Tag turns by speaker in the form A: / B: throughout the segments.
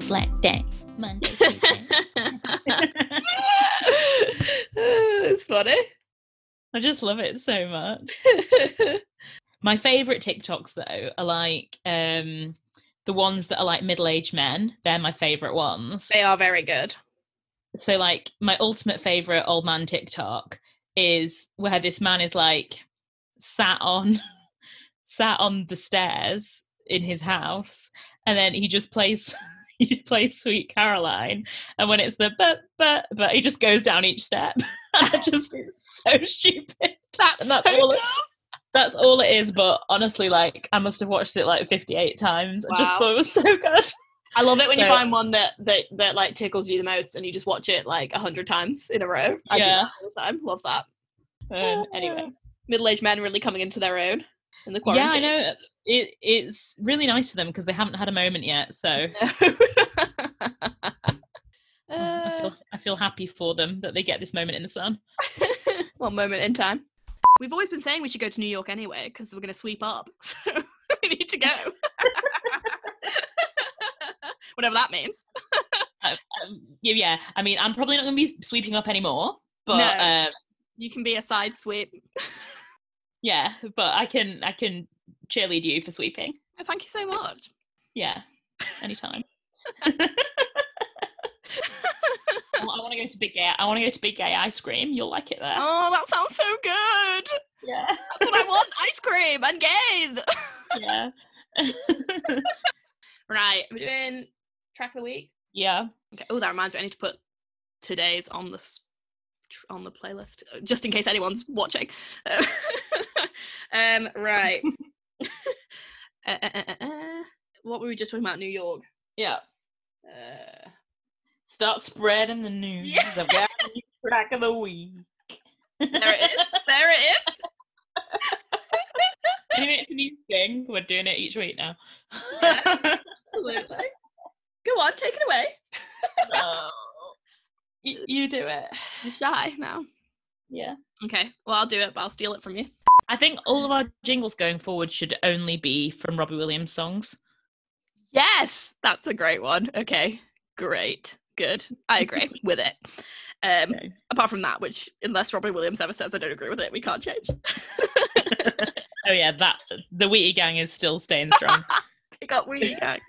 A: slack day. Monday, Tuesday.
B: it's funny.
A: I just love it so much. My favorite TikToks though are like um the ones that are like middle-aged men. They're my favorite ones.
B: they are very good.
A: So like my ultimate favorite old man TikTok is where this man is like sat on sat on the stairs in his house and then he just plays he just plays Sweet Caroline and when it's the but but but he just goes down each step. and I just it's so stupid.
B: That's,
A: And that's
B: so
A: all it-
B: dumb.
A: That's all it is, but honestly, like I must have watched it like 58 times. I just
B: Wow.
A: thought it was so good.
B: I love it when you
A: So-
B: find one that that that like tickles you the most, and you just watch it like a hundred times in a row. I do
A: Yeah.
B: that all the time. Love that.
A: Um, anyway,
B: Middle-aged men really coming into their own in the
A: yeah,
B: quarantine.
A: I know uh, it, it's really nice for them because they haven't had a moment yet. So Oh, I
B: Uh,
A: feel I feel happy for them that they get this moment in the sun.
B: one moment in time. We've always been saying we should go to New York anyway because we're going to sweep up. So we need to go. Whatever that means.
A: Um, yeah, yeah. I mean, I'm probably not going to be sweeping up anymore, but
B: No.
A: um,
B: You can be a side sweep.
A: yeah, but I can I can cheerlead you for sweeping.
B: Oh, thank you so much.
A: Yeah, anytime. I want to go to Big Gay. I want to go to Big Gay Ice Cream. You'll like it there.
B: Oh, that sounds so good.
A: Yeah.
B: That's what I want ice cream and gays.
A: yeah.
B: Right, we're doing track of the week.
A: yeah.
B: Okay. Oh, that reminds me. I need to put today's on the s- tr- on the playlist uh, just in case anyone's watching. Uh, um. Right. uh, uh, uh, uh, uh. What were we just talking about? New York.
A: Yeah.
B: Uh,
A: Start spreading the news.
B: Yeah.
A: I've got a new track of the week.
B: there it is. There it is.
A: Anyway, it's a new thing. We're doing it each week now.
B: Yeah. Absolutely. Go on, take it away.
A: Oh. Y- you do it.
B: I'm shy now.
A: Yeah.
B: Okay. Well, I'll do it, but I'll steal it from you.
A: I think all of our jingles going forward should only be from Robbie Williams songs.
B: Yes, that's a great one. Okay, great, good. I agree with it. Um,
A: Okay.
B: apart from that, which unless Robin Williams ever says I don't agree with it, we can't change.
A: Oh yeah, that the Wheatie Gang is still staying strong.
B: Pick up Weenie Gang.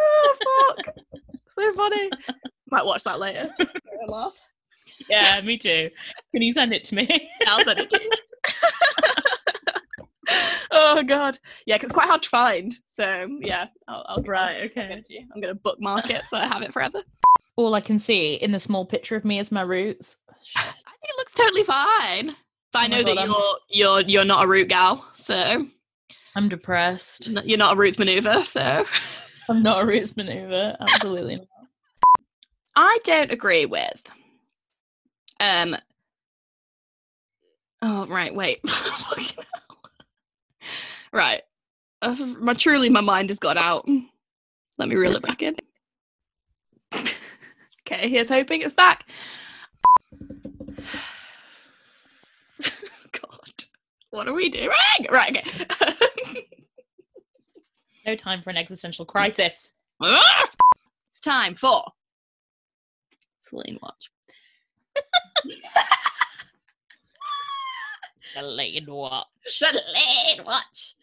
B: Oh fuck! so funny. Might watch that later. just for a laugh.
A: yeah, me too. Can you send it to me?
B: I'll send it to you. oh god, yeah, 'cause it's quite hard to find. So yeah, I'll, I'll I'll
A: Okay.
B: give it to you. I'm gonna bookmark it so I have it forever.
A: All I can see in the small picture of me is my roots.
B: I think it looks totally fine. But I
A: Oh my
B: know that
A: God, I'm-
B: you're you're you're not a root gal, so
A: I'm depressed.
B: n- you're not a roots maneuver. So
A: I'm not a roots maneuver. Absolutely not.
B: I don't agree with. Um. Oh right, wait. Fucking hell. right, uh, my truly my mind has gone out. Let me reel it back in. okay, here's hoping it's back. God, what are we doing? Right, okay.
A: No time for an existential crisis.
B: it's time for Celine Watch.
A: The lane watch.
B: Celine Watch.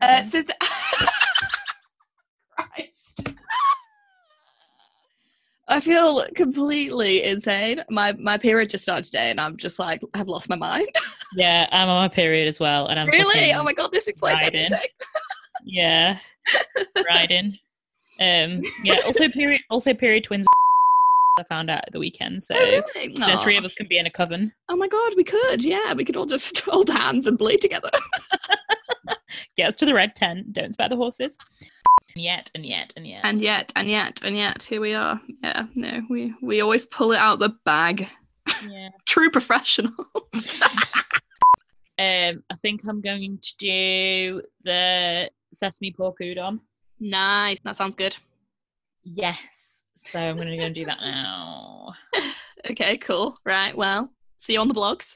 B: Uh, since Christ, I feel completely insane. My my period just started today, and I'm just like have lost my mind.
A: Yeah, I'm on my period as well, and I'm
B: really?
A: fucking-
B: Oh my god, this explains
A: riding.
B: everything.
A: yeah, riding. Um, yeah. Also, period. Also, period twins. I found out at the weekend, so
B: Oh, really?
A: the three
B: Aw.
A: of us can be in a coven.
B: Oh my god, we could. Yeah, we could all just hold hands and bleed together.
A: Get us to the red tent. Don't spare the horses. And yet, and yet, and yet.
B: and yet and yet and yet here we are yeah no we we always pull it out the bag
A: yeah.
B: true professional
A: Um, I think I'm going to do the sesame pork udon.
B: nice that sounds good
A: Yes. So I'm going to go and do that now.
B: okay cool right well see you on the blogs